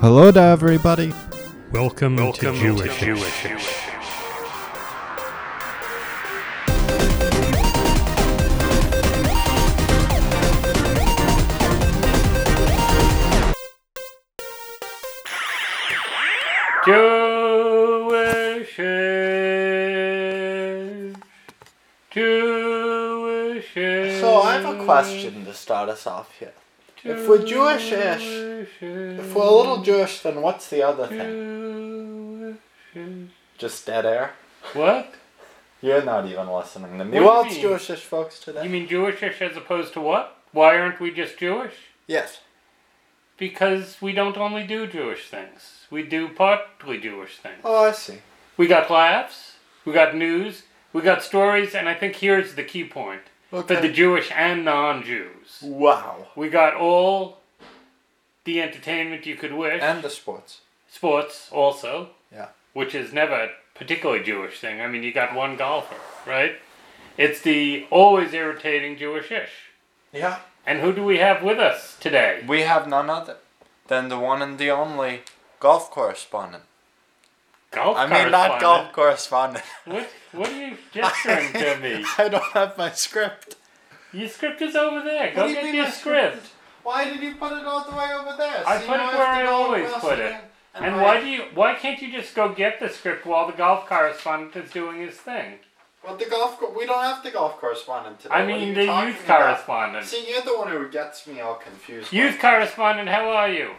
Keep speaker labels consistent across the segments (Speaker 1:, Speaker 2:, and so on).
Speaker 1: Hello there, everybody.
Speaker 2: Welcome,
Speaker 3: Welcome
Speaker 2: to
Speaker 3: to
Speaker 2: Jewish.
Speaker 3: Jewish. Jewish. Jewish.
Speaker 4: So I have a question to start us off here. If we're Jewish-ish, if we're a little Jewish, then what's the other thing? Just dead air?
Speaker 3: What?
Speaker 4: You're not even listening to
Speaker 3: What do
Speaker 4: me.
Speaker 3: you
Speaker 4: well, it's
Speaker 3: mean?
Speaker 4: Jewish-ish folks today.
Speaker 3: You mean Jewishish as opposed to what? Why aren't we just Jewish?
Speaker 4: yes.
Speaker 3: Because we don't only do Jewish things. We do partly Jewish things.
Speaker 4: Oh, I see.
Speaker 3: We got laughs, we got news, we got stories, and I think here's the key point for
Speaker 4: Okay.
Speaker 3: the Jewish and non Jews.
Speaker 4: wow.
Speaker 3: We got all the entertainment you could wish,
Speaker 4: And the sports.
Speaker 3: sports also,
Speaker 4: Yeah.
Speaker 3: which is never a particularly Jewish thing. I mean, you got one golfer, right? It's the always irritating Jewishish.
Speaker 4: Yeah.
Speaker 3: And who do we have with us today?
Speaker 4: We have none other than the one and the only golf correspondent.
Speaker 3: Golf
Speaker 4: I mean, not
Speaker 3: correspondent.
Speaker 4: golf correspondent.
Speaker 3: What, what are you gesturing to me?
Speaker 4: I don't have my script.
Speaker 3: Your script is over there.
Speaker 4: What
Speaker 3: Go
Speaker 4: do you
Speaker 3: get
Speaker 4: mean
Speaker 3: your
Speaker 4: my
Speaker 3: script.
Speaker 4: script Why did you put it all the way over there?
Speaker 3: I
Speaker 4: So you
Speaker 3: put it
Speaker 4: don't
Speaker 3: where
Speaker 4: have to
Speaker 3: I
Speaker 4: go
Speaker 3: always
Speaker 4: across
Speaker 3: put it.
Speaker 4: again.
Speaker 3: And why do you? Why can't you just go get the script while the golf correspondent is doing his thing?
Speaker 4: Well, the golf. Co- we don't have the golf correspondent today.
Speaker 3: I
Speaker 4: What are
Speaker 3: mean
Speaker 4: you
Speaker 3: the
Speaker 4: talking
Speaker 3: youth
Speaker 4: about?
Speaker 3: correspondent.
Speaker 4: See, you're the one who gets me all confused.
Speaker 3: Youth correspondent, how are you?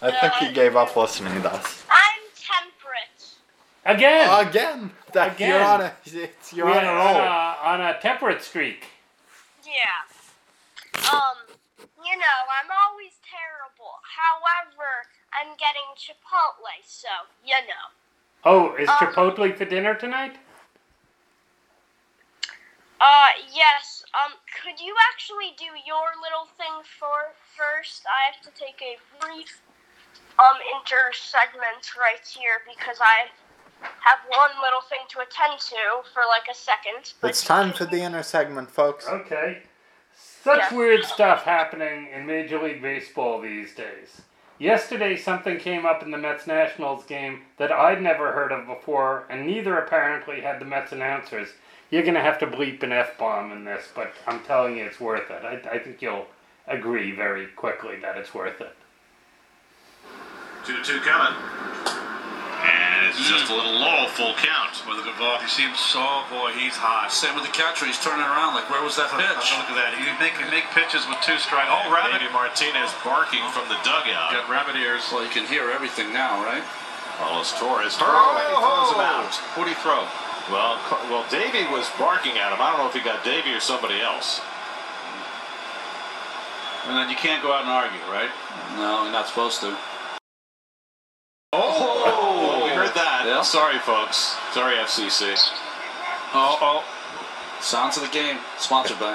Speaker 4: I think he gave up listening to us.
Speaker 5: I'm temperate.
Speaker 3: Again,
Speaker 4: Again, that
Speaker 3: Again.
Speaker 4: you're
Speaker 3: uh,
Speaker 4: on a it's, you're
Speaker 3: we
Speaker 4: on a
Speaker 3: are
Speaker 4: roll.
Speaker 3: on a, on a temperate streak.
Speaker 5: Yeah. Um, you know, I'm always terrible. However, I'm getting Chipotle, so, you know.
Speaker 3: Oh, is
Speaker 5: Um,
Speaker 3: Chipotle for dinner tonight?
Speaker 5: Uh, yes, um, could you actually do your little thing for first? I have to take a brief, um, inter-segment right here because I have one little thing to attend to for like a second. but-
Speaker 4: It's time for the inner segment, folks.
Speaker 3: Okay. Such
Speaker 5: Yeah.
Speaker 3: weird stuff happening in Major League Baseball these days. Yesterday, something came up in the Mets Nationals game that I'd never heard of before, and neither apparently had the Mets announcers. You're going to have to bleep an F bomb in this, but I'm telling you, it's worth it. I, I think you'll agree very quickly that it's worth it.
Speaker 6: Two to two coming. And it's just a little low, full count Hmm. with a good ball. You see him, so boy, he's hot.
Speaker 7: Same with the catcher. He's turning around like, where was that pitch?
Speaker 6: Look at that. He make make pitches with two strikes. Oh, Rabbit. Martinez barking from the dugout. Got rabbit ears.
Speaker 7: Well, you can hear everything now, right?
Speaker 6: Carlos Torres.
Speaker 7: He throws him out. Who'd he throw?
Speaker 6: Oh! Well, Car- well, Davey was barking at him. I don't know if he got Davey or somebody else.
Speaker 7: And then you can't go out and argue, right? No, you're not supposed to.
Speaker 6: Oh, we heard that.
Speaker 7: Yeah.
Speaker 6: Sorry, folks. Sorry, FCC.
Speaker 7: Oh, oh. Sounds of the game. Sponsored by.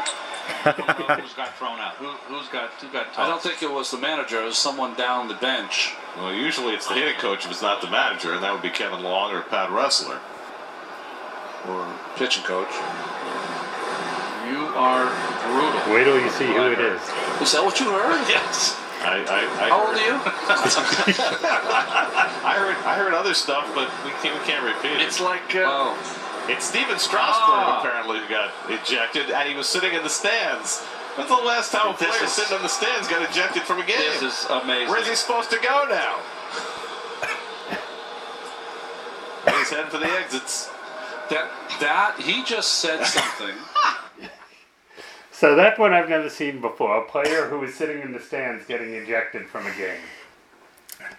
Speaker 6: Who's got thrown out? Who, who's got who got?
Speaker 7: I don't think it was the manager. It was someone down the bench.
Speaker 6: Well, usually it's the hitting coach if it's not the manager, and that would be Kevin Long or Pat Wrestler.
Speaker 7: Or pitching coach. You are brutal.
Speaker 3: Wait till you see who it is.
Speaker 7: Is that what you heard?
Speaker 6: Yes. I, I, I
Speaker 7: How
Speaker 6: heard,
Speaker 7: old are you?
Speaker 6: I heard I heard other stuff, but we can't, we can't repeat it. It's,
Speaker 8: It's like uh,
Speaker 7: Oh.
Speaker 6: Steven Strasburg
Speaker 7: Ah.
Speaker 6: apparently who got ejected, and he was sitting in the stands. When's the last time a
Speaker 8: This
Speaker 6: player
Speaker 8: is-
Speaker 6: sitting in the stands got ejected from a game?
Speaker 7: This is amazing.
Speaker 6: Where's he supposed to go now? He's heading for the exits.
Speaker 7: That, that, he just said something.
Speaker 3: So that one I've never seen before. A player who was sitting in the stands getting ejected from a game.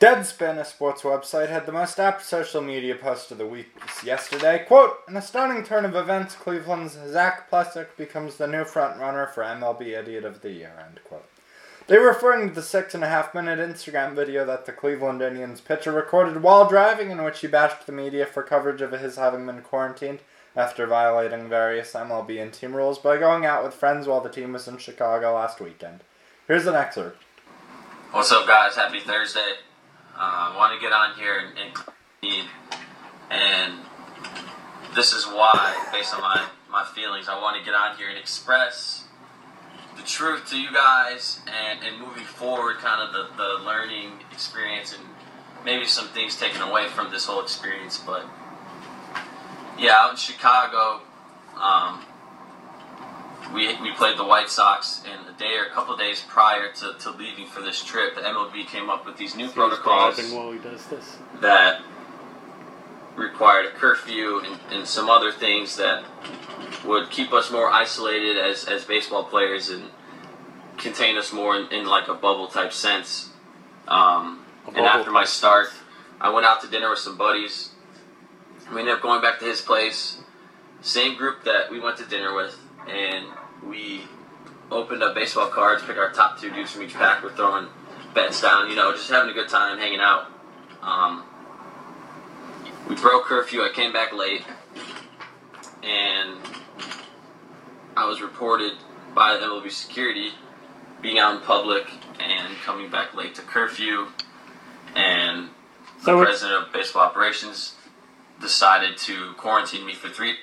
Speaker 4: Deadspin, a sports website, had the most apt social media post of the week yesterday. Quote, an astounding turn of events, Cleveland's Zach Plesic becomes the new frontrunner for MLB Idiot of the Year, end quote. They were referring to the six and a half minute Instagram video that the Cleveland Indians pitcher recorded while driving in which he bashed the media for coverage of his having been quarantined after violating various MLB and team rules by going out with friends while the team was in Chicago last weekend. Here's an excerpt.
Speaker 9: What's up, guys? Happy Thursday. Uh, I want to get on here and, and clean. And this is why, based on my, my feelings, I want to get on here and express the truth to you guys and, and moving forward, kind of the, the learning experience and maybe some things taken away from this whole experience. But yeah, out in Chicago, um, we, we played the White Sox, and a day or a couple days prior to, to leaving for this trip, the MLB came up with these new protocols
Speaker 3: He's while he does this.
Speaker 9: that required a curfew and, and some other things that would keep us more isolated as, as baseball players and contain us more in, in like a bubble type sense. Um, and
Speaker 3: bubble
Speaker 9: after my
Speaker 3: type
Speaker 9: start,
Speaker 3: sense.
Speaker 9: I went out to dinner with some buddies. We ended up going back to his place, same group that we went to dinner with, and we opened up baseball cards, picked our top two dudes from each pack. We're throwing bets down, you know, just having a good time, hanging out. Um, we broke curfew. I came back late, and I was reported by the MLB security being out in public and coming back late to curfew. And
Speaker 3: So
Speaker 9: the
Speaker 3: it,
Speaker 9: president of baseball operations decided to quarantine me for three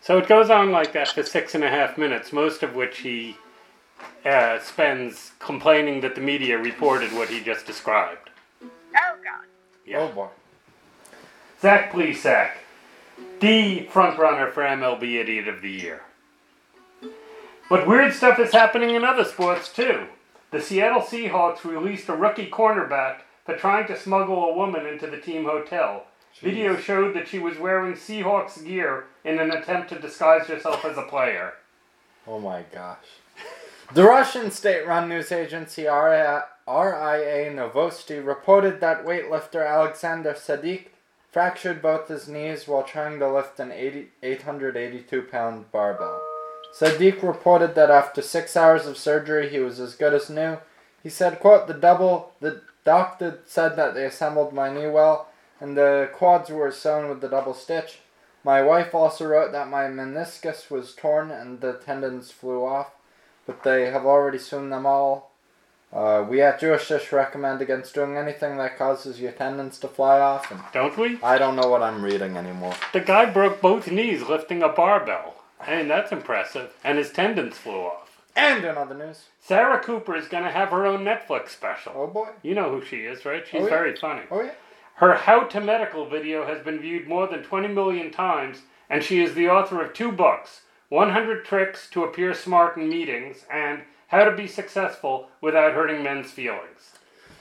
Speaker 3: so it goes on like that for six and a half minutes, most of which he uh, spends complaining that the media reported what he just described.
Speaker 5: Oh god.
Speaker 3: Yeah.
Speaker 4: Oh boy.
Speaker 3: Zach Plesac, the frontrunner for MLB Idiot of the Year. But weird stuff is happening in other sports too. The Seattle Seahawks released a rookie cornerback for trying to smuggle a woman into the team hotel. Video showed that she was wearing Seahawks gear in an attempt to disguise herself as a player.
Speaker 4: Oh my gosh. The Russian state run news agency RIA, RIA Novosti reported that weightlifter Alexander Sadiq fractured both his knees while trying to lift an 80, 882 pound barbell. Sadiq reported that after six hours of surgery, he was as good as new. He said, quote, the double, the doctor said that they assembled my knee well, and the quads were sewn with the double stitch. My wife also wrote that my meniscus was torn and the tendons flew off, but they have already sewn them all. Uh, we at Jewishish recommend against doing anything that causes your tendons to fly off, and
Speaker 3: Don't we?
Speaker 4: I don't know what I'm reading anymore.
Speaker 3: The guy broke both knees lifting a barbell. And that's impressive. And his tendons flew off.
Speaker 4: And in other news,
Speaker 3: Sarah Cooper is going to have her own Netflix special.
Speaker 4: oh boy,
Speaker 3: You know who she is, right? She's
Speaker 4: Oh, yeah.
Speaker 3: very funny.
Speaker 4: oh yeah,
Speaker 3: Her How to Medical video has been viewed more than 20 million times, and she is the author of two books 100 Tricks to Appear Smart in Meetings and How to Be Successful Without Hurting Men's Feelings.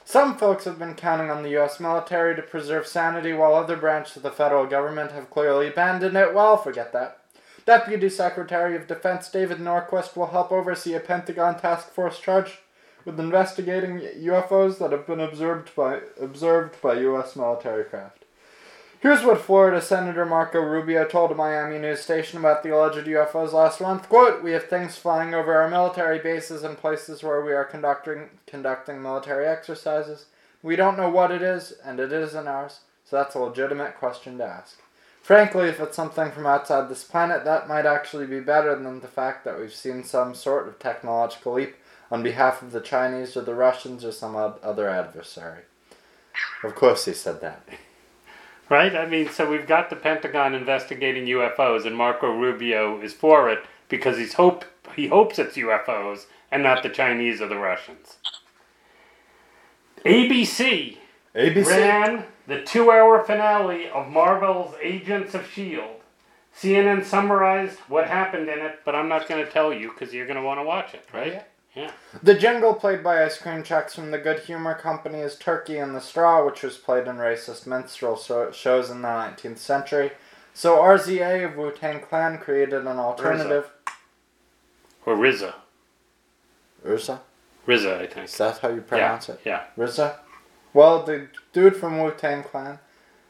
Speaker 4: Some folks have been counting on the U.S. military to preserve sanity, while other branches of the federal government have clearly abandoned it. Well, forget that. Deputy Secretary of Defense David Norquist will help oversee a Pentagon task force charged with investigating UFOs that have been observed by observed by U.S. military craft. Here's what Florida Senator Marco Rubio told a Miami news station about the alleged UFOs last month. Quote, we have things flying over our military bases and places where we are conducting conducting military exercises. We don't know what it is, and it isn't ours, so that's a legitimate question to ask. Frankly, if it's something from outside this planet, that might actually be better than the fact that we've seen some sort of technological leap on behalf of the Chinese or the Russians or some od- other adversary. Of course he said that.
Speaker 3: Right? I mean, so we've got the Pentagon investigating UFOs, and Marco Rubio is for it because he's hope he hopes it's UFOs and not the Chinese or the Russians. ABC
Speaker 4: ABC.
Speaker 3: ran the two-hour finale of Marvel's Agents of S.H.I.E.L.D. CNN summarized what happened in it, but I'm not going to tell you because you're going to want to watch it, right?
Speaker 4: Oh, Yeah.
Speaker 3: Yeah.
Speaker 4: The jingle played by Ice Cream Trucks from the Good Humor Company is Turkey in the Straw, which was played in racist minstrel so- shows in the 19th century. So RZA of Wu Tang Clan created an alternative.
Speaker 3: Or RZA.
Speaker 4: Urza?
Speaker 3: RZA, I think.
Speaker 4: Is that how you pronounce
Speaker 3: yeah.
Speaker 4: it?
Speaker 3: Yeah.
Speaker 4: RZA? Well, the dude from Wu Tang Clan,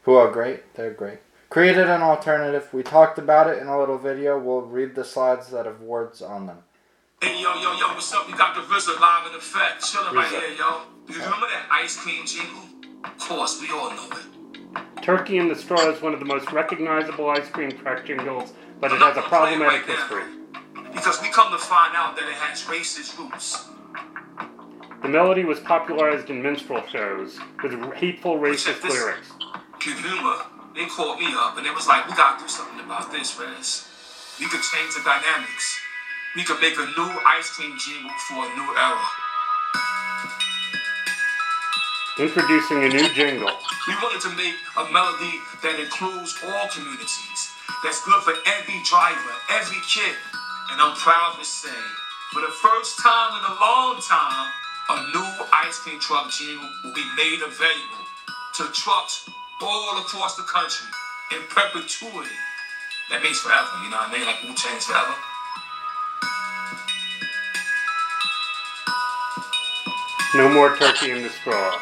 Speaker 4: who are great, they're great, created an alternative. We talked about it in a little video. We'll read the slides that have words on them.
Speaker 1: Hey, yo, yo, yo, what's up? You got the RZA live in effect. Chillin' right
Speaker 3: RZA.
Speaker 1: here, yo. Do you remember that ice cream jingle? Of course, we all know it.
Speaker 3: Turkey in the Straw is one of the most recognizable ice cream truck jingles, but it
Speaker 1: I'm not
Speaker 3: has a
Speaker 1: gonna play it
Speaker 3: problematic
Speaker 1: right now.
Speaker 3: history.
Speaker 1: Because we come to find out that it has racist roots.
Speaker 3: The melody was popularized in minstrel shows with hateful racist
Speaker 1: Check this.
Speaker 3: lyrics.
Speaker 1: Good humor, they called me up and it was like, we gotta do something about this, Rez. We could change the dynamics. We could make a new ice cream jingle for a new era.
Speaker 3: Introducing a new jingle.
Speaker 1: We wanted to make a melody that includes all communities, that's good for every driver, every kid. And I'm proud to say, for the first time in a long time, a new ice cream truck jingle will be made available to trucks all across the country in perpetuity. That means forever, you know what I mean? Like Wu Tang's forever.
Speaker 3: No more turkey in the straw.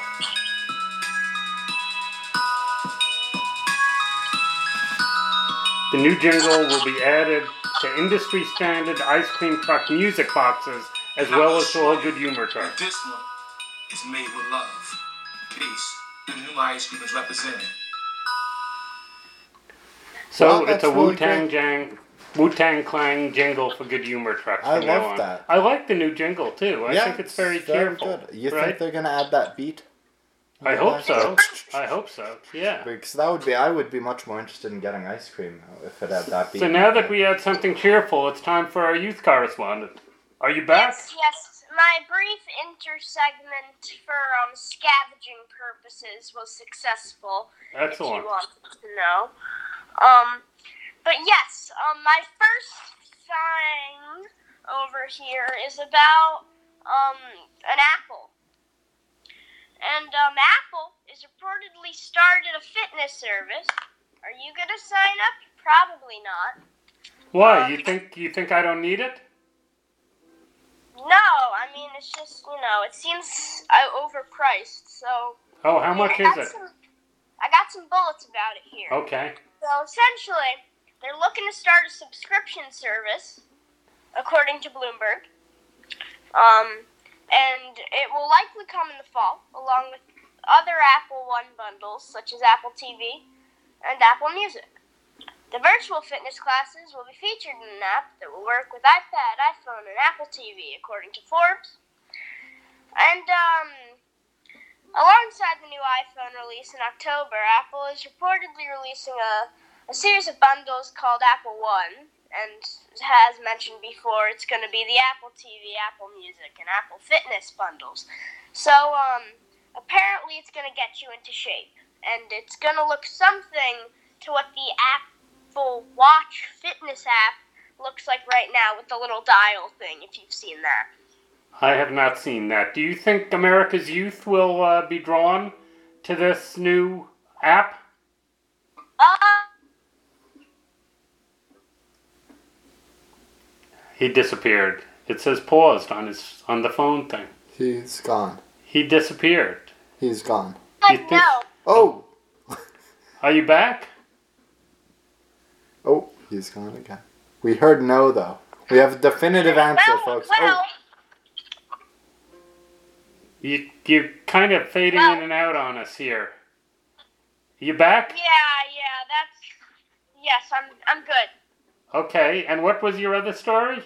Speaker 3: The new jingle will be added to industry standard ice cream truck music boxes as well as to all good humor
Speaker 1: And
Speaker 3: trucks.
Speaker 1: this one is made with love. Peace. The new ice cream is represented.
Speaker 3: So
Speaker 4: Well, that's
Speaker 3: it's a
Speaker 4: really
Speaker 3: Wu Tang Jang. Wu Tang Clang jingle for good humor trucks.
Speaker 4: I
Speaker 3: from now
Speaker 4: love
Speaker 3: on.
Speaker 4: that.
Speaker 3: I like the new jingle too. I
Speaker 4: yeah,
Speaker 3: think it's very, cheerful.
Speaker 4: good. You
Speaker 3: right?
Speaker 4: think they're gonna add that beat?
Speaker 3: I hope so. I hope so. Yeah.
Speaker 4: Because that would be, I would be much more interested in getting ice cream if it had that beat.
Speaker 3: So now that we had something cheerful, it's time for our youth correspondent. Are you back?
Speaker 5: Yes, yes. My brief intersegment for um, scavenging purposes was successful. If
Speaker 3: Excellent.
Speaker 5: you want to know. Um, but yes, um, my first sign over here is about um, an apple. And um, Apple is reportedly started a fitness service. Are you going to sign up? Probably not.
Speaker 3: Why? You think you think I don't need it?
Speaker 5: No, I mean, it's just, you know, it seems uh, overpriced, so.
Speaker 3: Oh, how much
Speaker 5: I
Speaker 3: is
Speaker 5: got
Speaker 3: it?
Speaker 5: some- I got some bullets about it here.
Speaker 3: Okay.
Speaker 5: So essentially, they're looking to start a subscription service, according to Bloomberg. Um, and it will likely come in the fall, along with other Apple One bundles such as Apple TV and Apple Music. The virtual fitness classes will be featured in an app that will work with iPad, iPhone, and Apple TV, according to Forbes. And um, Alongside the new iPhone release in October, Apple is reportedly releasing a, a series of bundles called Apple One. And as mentioned before, it's going to be the Apple TV, Apple Music, and Apple Fitness bundles. So um, apparently, it's going to get you into shape. And it's going to look something to what the Apple Watch fitness app looks like right now with the little dial thing, if you've seen that.
Speaker 3: I have not seen that. Do you think America's youth will uh, be drawn to this new app?
Speaker 5: Uh,
Speaker 3: He disappeared. It says paused on his on the phone thing.
Speaker 4: he's gone,
Speaker 3: He disappeared.
Speaker 4: he's gone.
Speaker 5: I
Speaker 3: You think-
Speaker 5: know.
Speaker 4: Oh,
Speaker 3: Are you back?
Speaker 4: oh, he's gone again. We heard no though. We have a definitive answer,
Speaker 5: Well,
Speaker 4: folks.
Speaker 5: well.
Speaker 4: Oh,
Speaker 3: You you're kind of fading in and out on us here. You back?
Speaker 5: Yeah, yeah, that's yes, I'm I'm good.
Speaker 3: Okay. And what was your other story?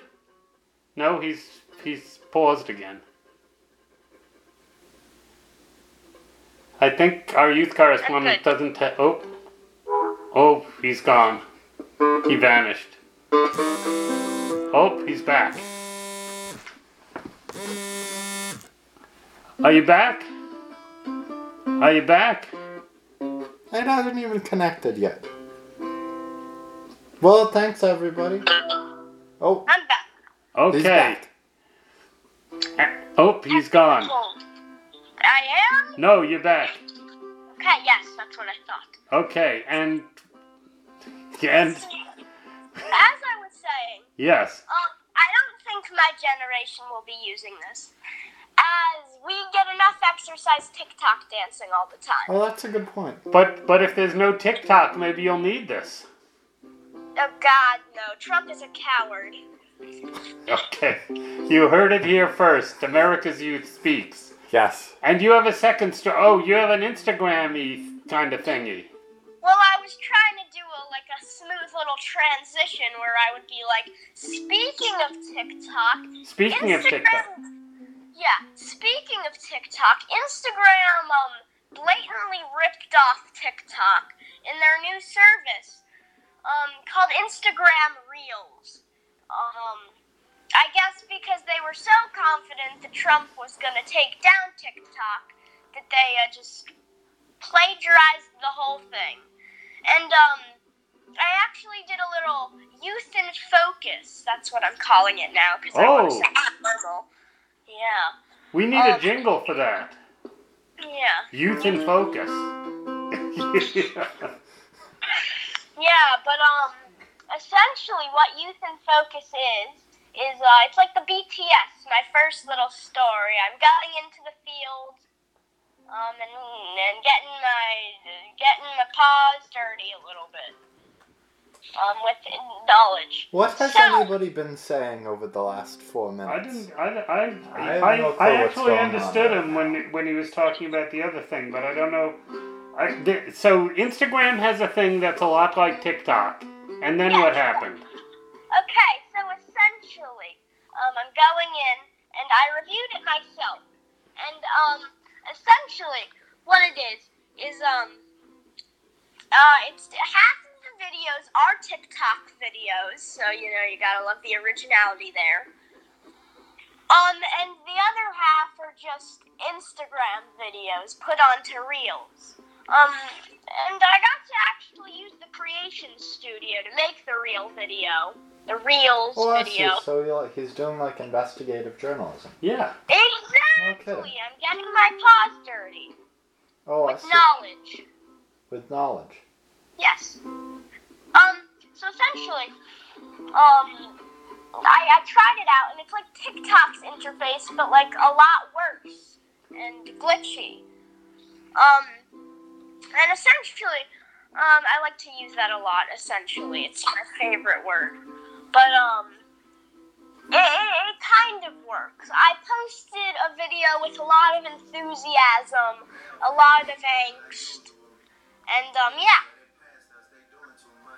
Speaker 3: No, he's he's paused again. I think our youth correspondent doesn't. ta oh, oh, he's gone. He vanished. Oh, he's back. Are you back? Are you back?
Speaker 4: Oh, it hasn't even connected yet. Well, thanks everybody. Oh,
Speaker 5: I'm back.
Speaker 3: Okay.
Speaker 4: he's back.
Speaker 3: Oh, he's gone.
Speaker 5: Cold. I am?
Speaker 3: No, you're back.
Speaker 5: Okay, yes, that's what I thought.
Speaker 3: Okay, and and
Speaker 5: As I was saying,
Speaker 3: yes,
Speaker 5: um, I don't think my generation will be using this. As we get enough exercise TikTok dancing all the time.
Speaker 4: Oh, that's a good point.
Speaker 3: but but if there's no TikTok, maybe you'll need this.
Speaker 5: Oh god, no. Trump is a coward.
Speaker 3: Okay, you heard it here first. America's Youth Speaks,
Speaker 4: Yes.
Speaker 3: and you have a second story. Oh, you have an Instagram-y kind of thingy.
Speaker 5: Well, I was trying to do a like a smooth little transition where I would be like, speaking of TikTok,
Speaker 3: Speaking of TikTok,
Speaker 5: Yeah, speaking of TikTok, Instagram um blatantly ripped off TikTok in their new service um called Instagram Reels. Um I guess because they were so confident that Trump was going to take down TikTok that they uh, just plagiarized the whole thing. And um, I actually did a little youth in focus. That's what I'm calling it now because I want
Speaker 3: Oh.
Speaker 5: to sound normal. Yeah.
Speaker 3: We need a
Speaker 5: Um,
Speaker 3: jingle for that.
Speaker 5: Yeah.
Speaker 3: Youth in focus.
Speaker 5: Yeah, but um, essentially, what Youth in Focus is is uh, it's like the BTS. My first little story. I'm going into the field, um, and and getting my getting my paws dirty a little bit, um, with knowledge.
Speaker 4: What has
Speaker 5: So-
Speaker 4: anybody been saying over the last four minutes?
Speaker 3: I didn't. I. I.
Speaker 4: I
Speaker 3: I,
Speaker 4: have
Speaker 3: I,
Speaker 4: no clue what's
Speaker 3: actually
Speaker 4: going on
Speaker 3: understood
Speaker 4: right
Speaker 3: him when when he was talking about the other thing, but I don't know. I, th- so Instagram has a thing that's a lot like TikTok, and then what happened?
Speaker 5: Okay, so essentially, um, I'm going in and I reviewed it myself. And um, essentially, what it is is um, uh, it's half of the videos are TikTok videos, so you know you gotta love the originality there. Um, and the other half are just Instagram videos put onto Reels. Um, and I got to actually use the Creation Studio to make the Reel video, the Reels
Speaker 4: Well, that's
Speaker 5: video.
Speaker 4: just Oh, so he, like, he's doing like investigative journalism.
Speaker 3: Yeah.
Speaker 5: Exactly.
Speaker 4: Okay.
Speaker 5: I'm getting my paws dirty
Speaker 4: Oh, I
Speaker 5: with
Speaker 4: see.
Speaker 5: knowledge.
Speaker 4: With knowledge.
Speaker 5: Yes. Um. So essentially, um, I, I tried it out, and it's like TikTok's interface, but like a lot worse and glitchy. Um, and essentially, um, I like to use that a lot. Essentially, it's my favorite word. But um, it, it, it kind of works. I posted a video with a lot of enthusiasm, a lot of angst, and um, yeah.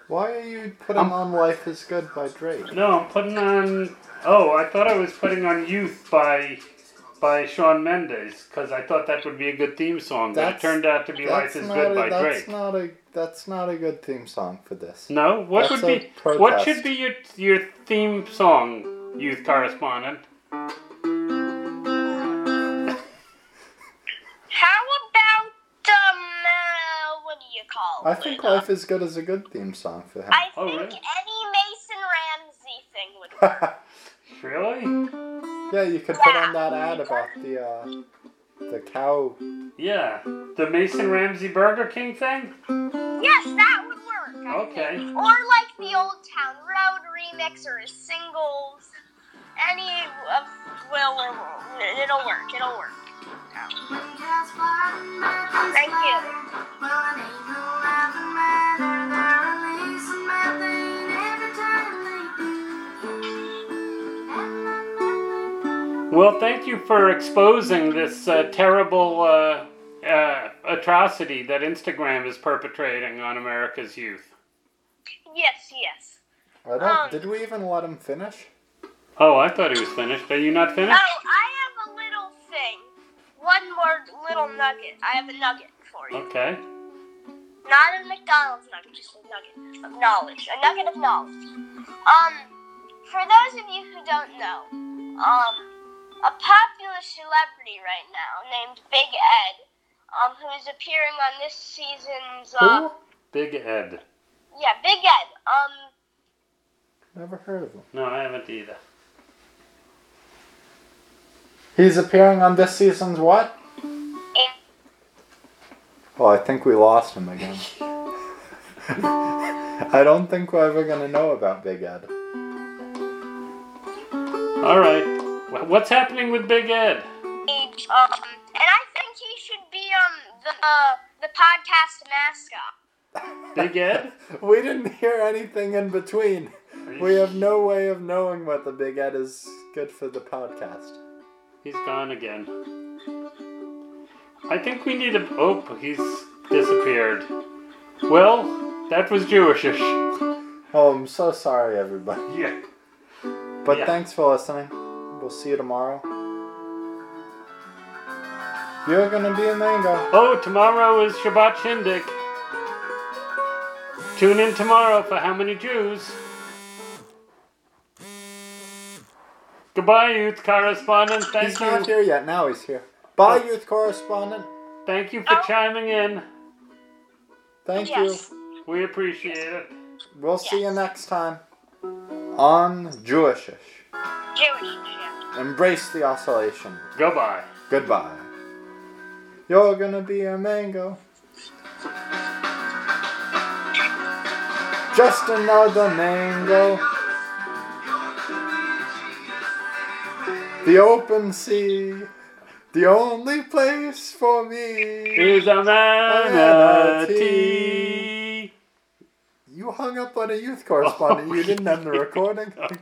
Speaker 4: Why are you putting
Speaker 3: Um,
Speaker 4: on Life is Good by Drake?
Speaker 3: No, I'm putting on. Oh, I thought I was putting on Youth by by Sean Mendes because I thought that would be a good theme song, but it
Speaker 4: That's-
Speaker 3: turned out to be Life Is Good
Speaker 4: a,
Speaker 3: by
Speaker 4: that's
Speaker 3: Drake.
Speaker 4: Not a, that's not a good theme song for this.
Speaker 3: No, what
Speaker 4: That's
Speaker 3: would
Speaker 4: a
Speaker 3: be what
Speaker 4: protest.
Speaker 3: should be your your theme song, youth correspondent?
Speaker 5: How about um, uh, what do you call
Speaker 4: I
Speaker 5: it?
Speaker 4: think
Speaker 5: Uh,
Speaker 4: Life is Good is a good theme song for him.
Speaker 5: I
Speaker 3: Oh,
Speaker 5: think
Speaker 3: really?
Speaker 5: any Mason Ramsey thing would work.
Speaker 3: Really?
Speaker 4: yeah, you could put on that ad about the uh, the cow.
Speaker 3: Yeah, the Mason Ramsey Burger King thing.
Speaker 5: yes, that would work. I
Speaker 3: Okay.
Speaker 5: think. Or like the Old Town Road remix or his singles. Any of will will- will- it'll work. It'll work. Thank you.
Speaker 3: Well, thank you for exposing this uh, terrible uh, uh, atrocity that Instagram is perpetrating on America's youth.
Speaker 5: Yes, yes.
Speaker 4: I don't.
Speaker 5: Um.
Speaker 4: did we even let him finish?
Speaker 3: Oh, I thought he was finished. Are you not
Speaker 5: Oh,
Speaker 3: finished?
Speaker 5: I have a little thing. One more little nugget. I have a nugget for you.
Speaker 3: Okay.
Speaker 5: Not a McDonald's nugget, just a nugget of knowledge. A nugget of knowledge. Um, for those of you who don't know, um, a popular celebrity right now named Big Ed, um, who is appearing on this season's, uh,
Speaker 4: Who?
Speaker 3: Big Ed.
Speaker 5: yeah, Big Ed, um,
Speaker 4: Never heard of him.
Speaker 3: No, I haven't either.
Speaker 4: He's appearing on this season's what?
Speaker 5: in-
Speaker 4: Well, I think we lost him again. I don't think we're ever gonna know about Big Ed.
Speaker 3: All right. Wh- What's happening with Big Ed?
Speaker 5: age, um, and I think he should be, um, the, uh, the podcast mascot.
Speaker 3: Big Ed?
Speaker 4: We didn't hear anything in between.
Speaker 3: Are you-
Speaker 4: We have no way of knowing what the Big Ed is good for the podcast.
Speaker 3: He's gone again. I think we need a. Oh, he's disappeared. Well, that was Jewishish.
Speaker 4: Oh, I'm so sorry, everybody.
Speaker 3: Yeah.
Speaker 4: But
Speaker 3: Yeah.
Speaker 4: thanks for listening. We'll see you tomorrow. You're gonna be a mango.
Speaker 3: Oh, tomorrow is Shabbat Shindig. Tune in tomorrow for How Many Jews? Goodbye, youth correspondent. Thank
Speaker 4: he's
Speaker 3: you.
Speaker 4: not here yet. Now he's here. Bye, youth correspondent.
Speaker 3: Thank you for
Speaker 5: Oh.
Speaker 3: chiming in.
Speaker 4: Thank
Speaker 5: yes.
Speaker 4: you.
Speaker 3: We appreciate it.
Speaker 4: We'll see you next time on Jewishish.
Speaker 5: Jewish. Yeah.
Speaker 4: Embrace the oscillation.
Speaker 3: Goodbye.
Speaker 4: Goodbye. You're gonna be a mango. Just another mango. The open sea, the only place for me.
Speaker 3: Here's a manatee.
Speaker 4: You hung up on a youth correspondent. You didn't end the recording.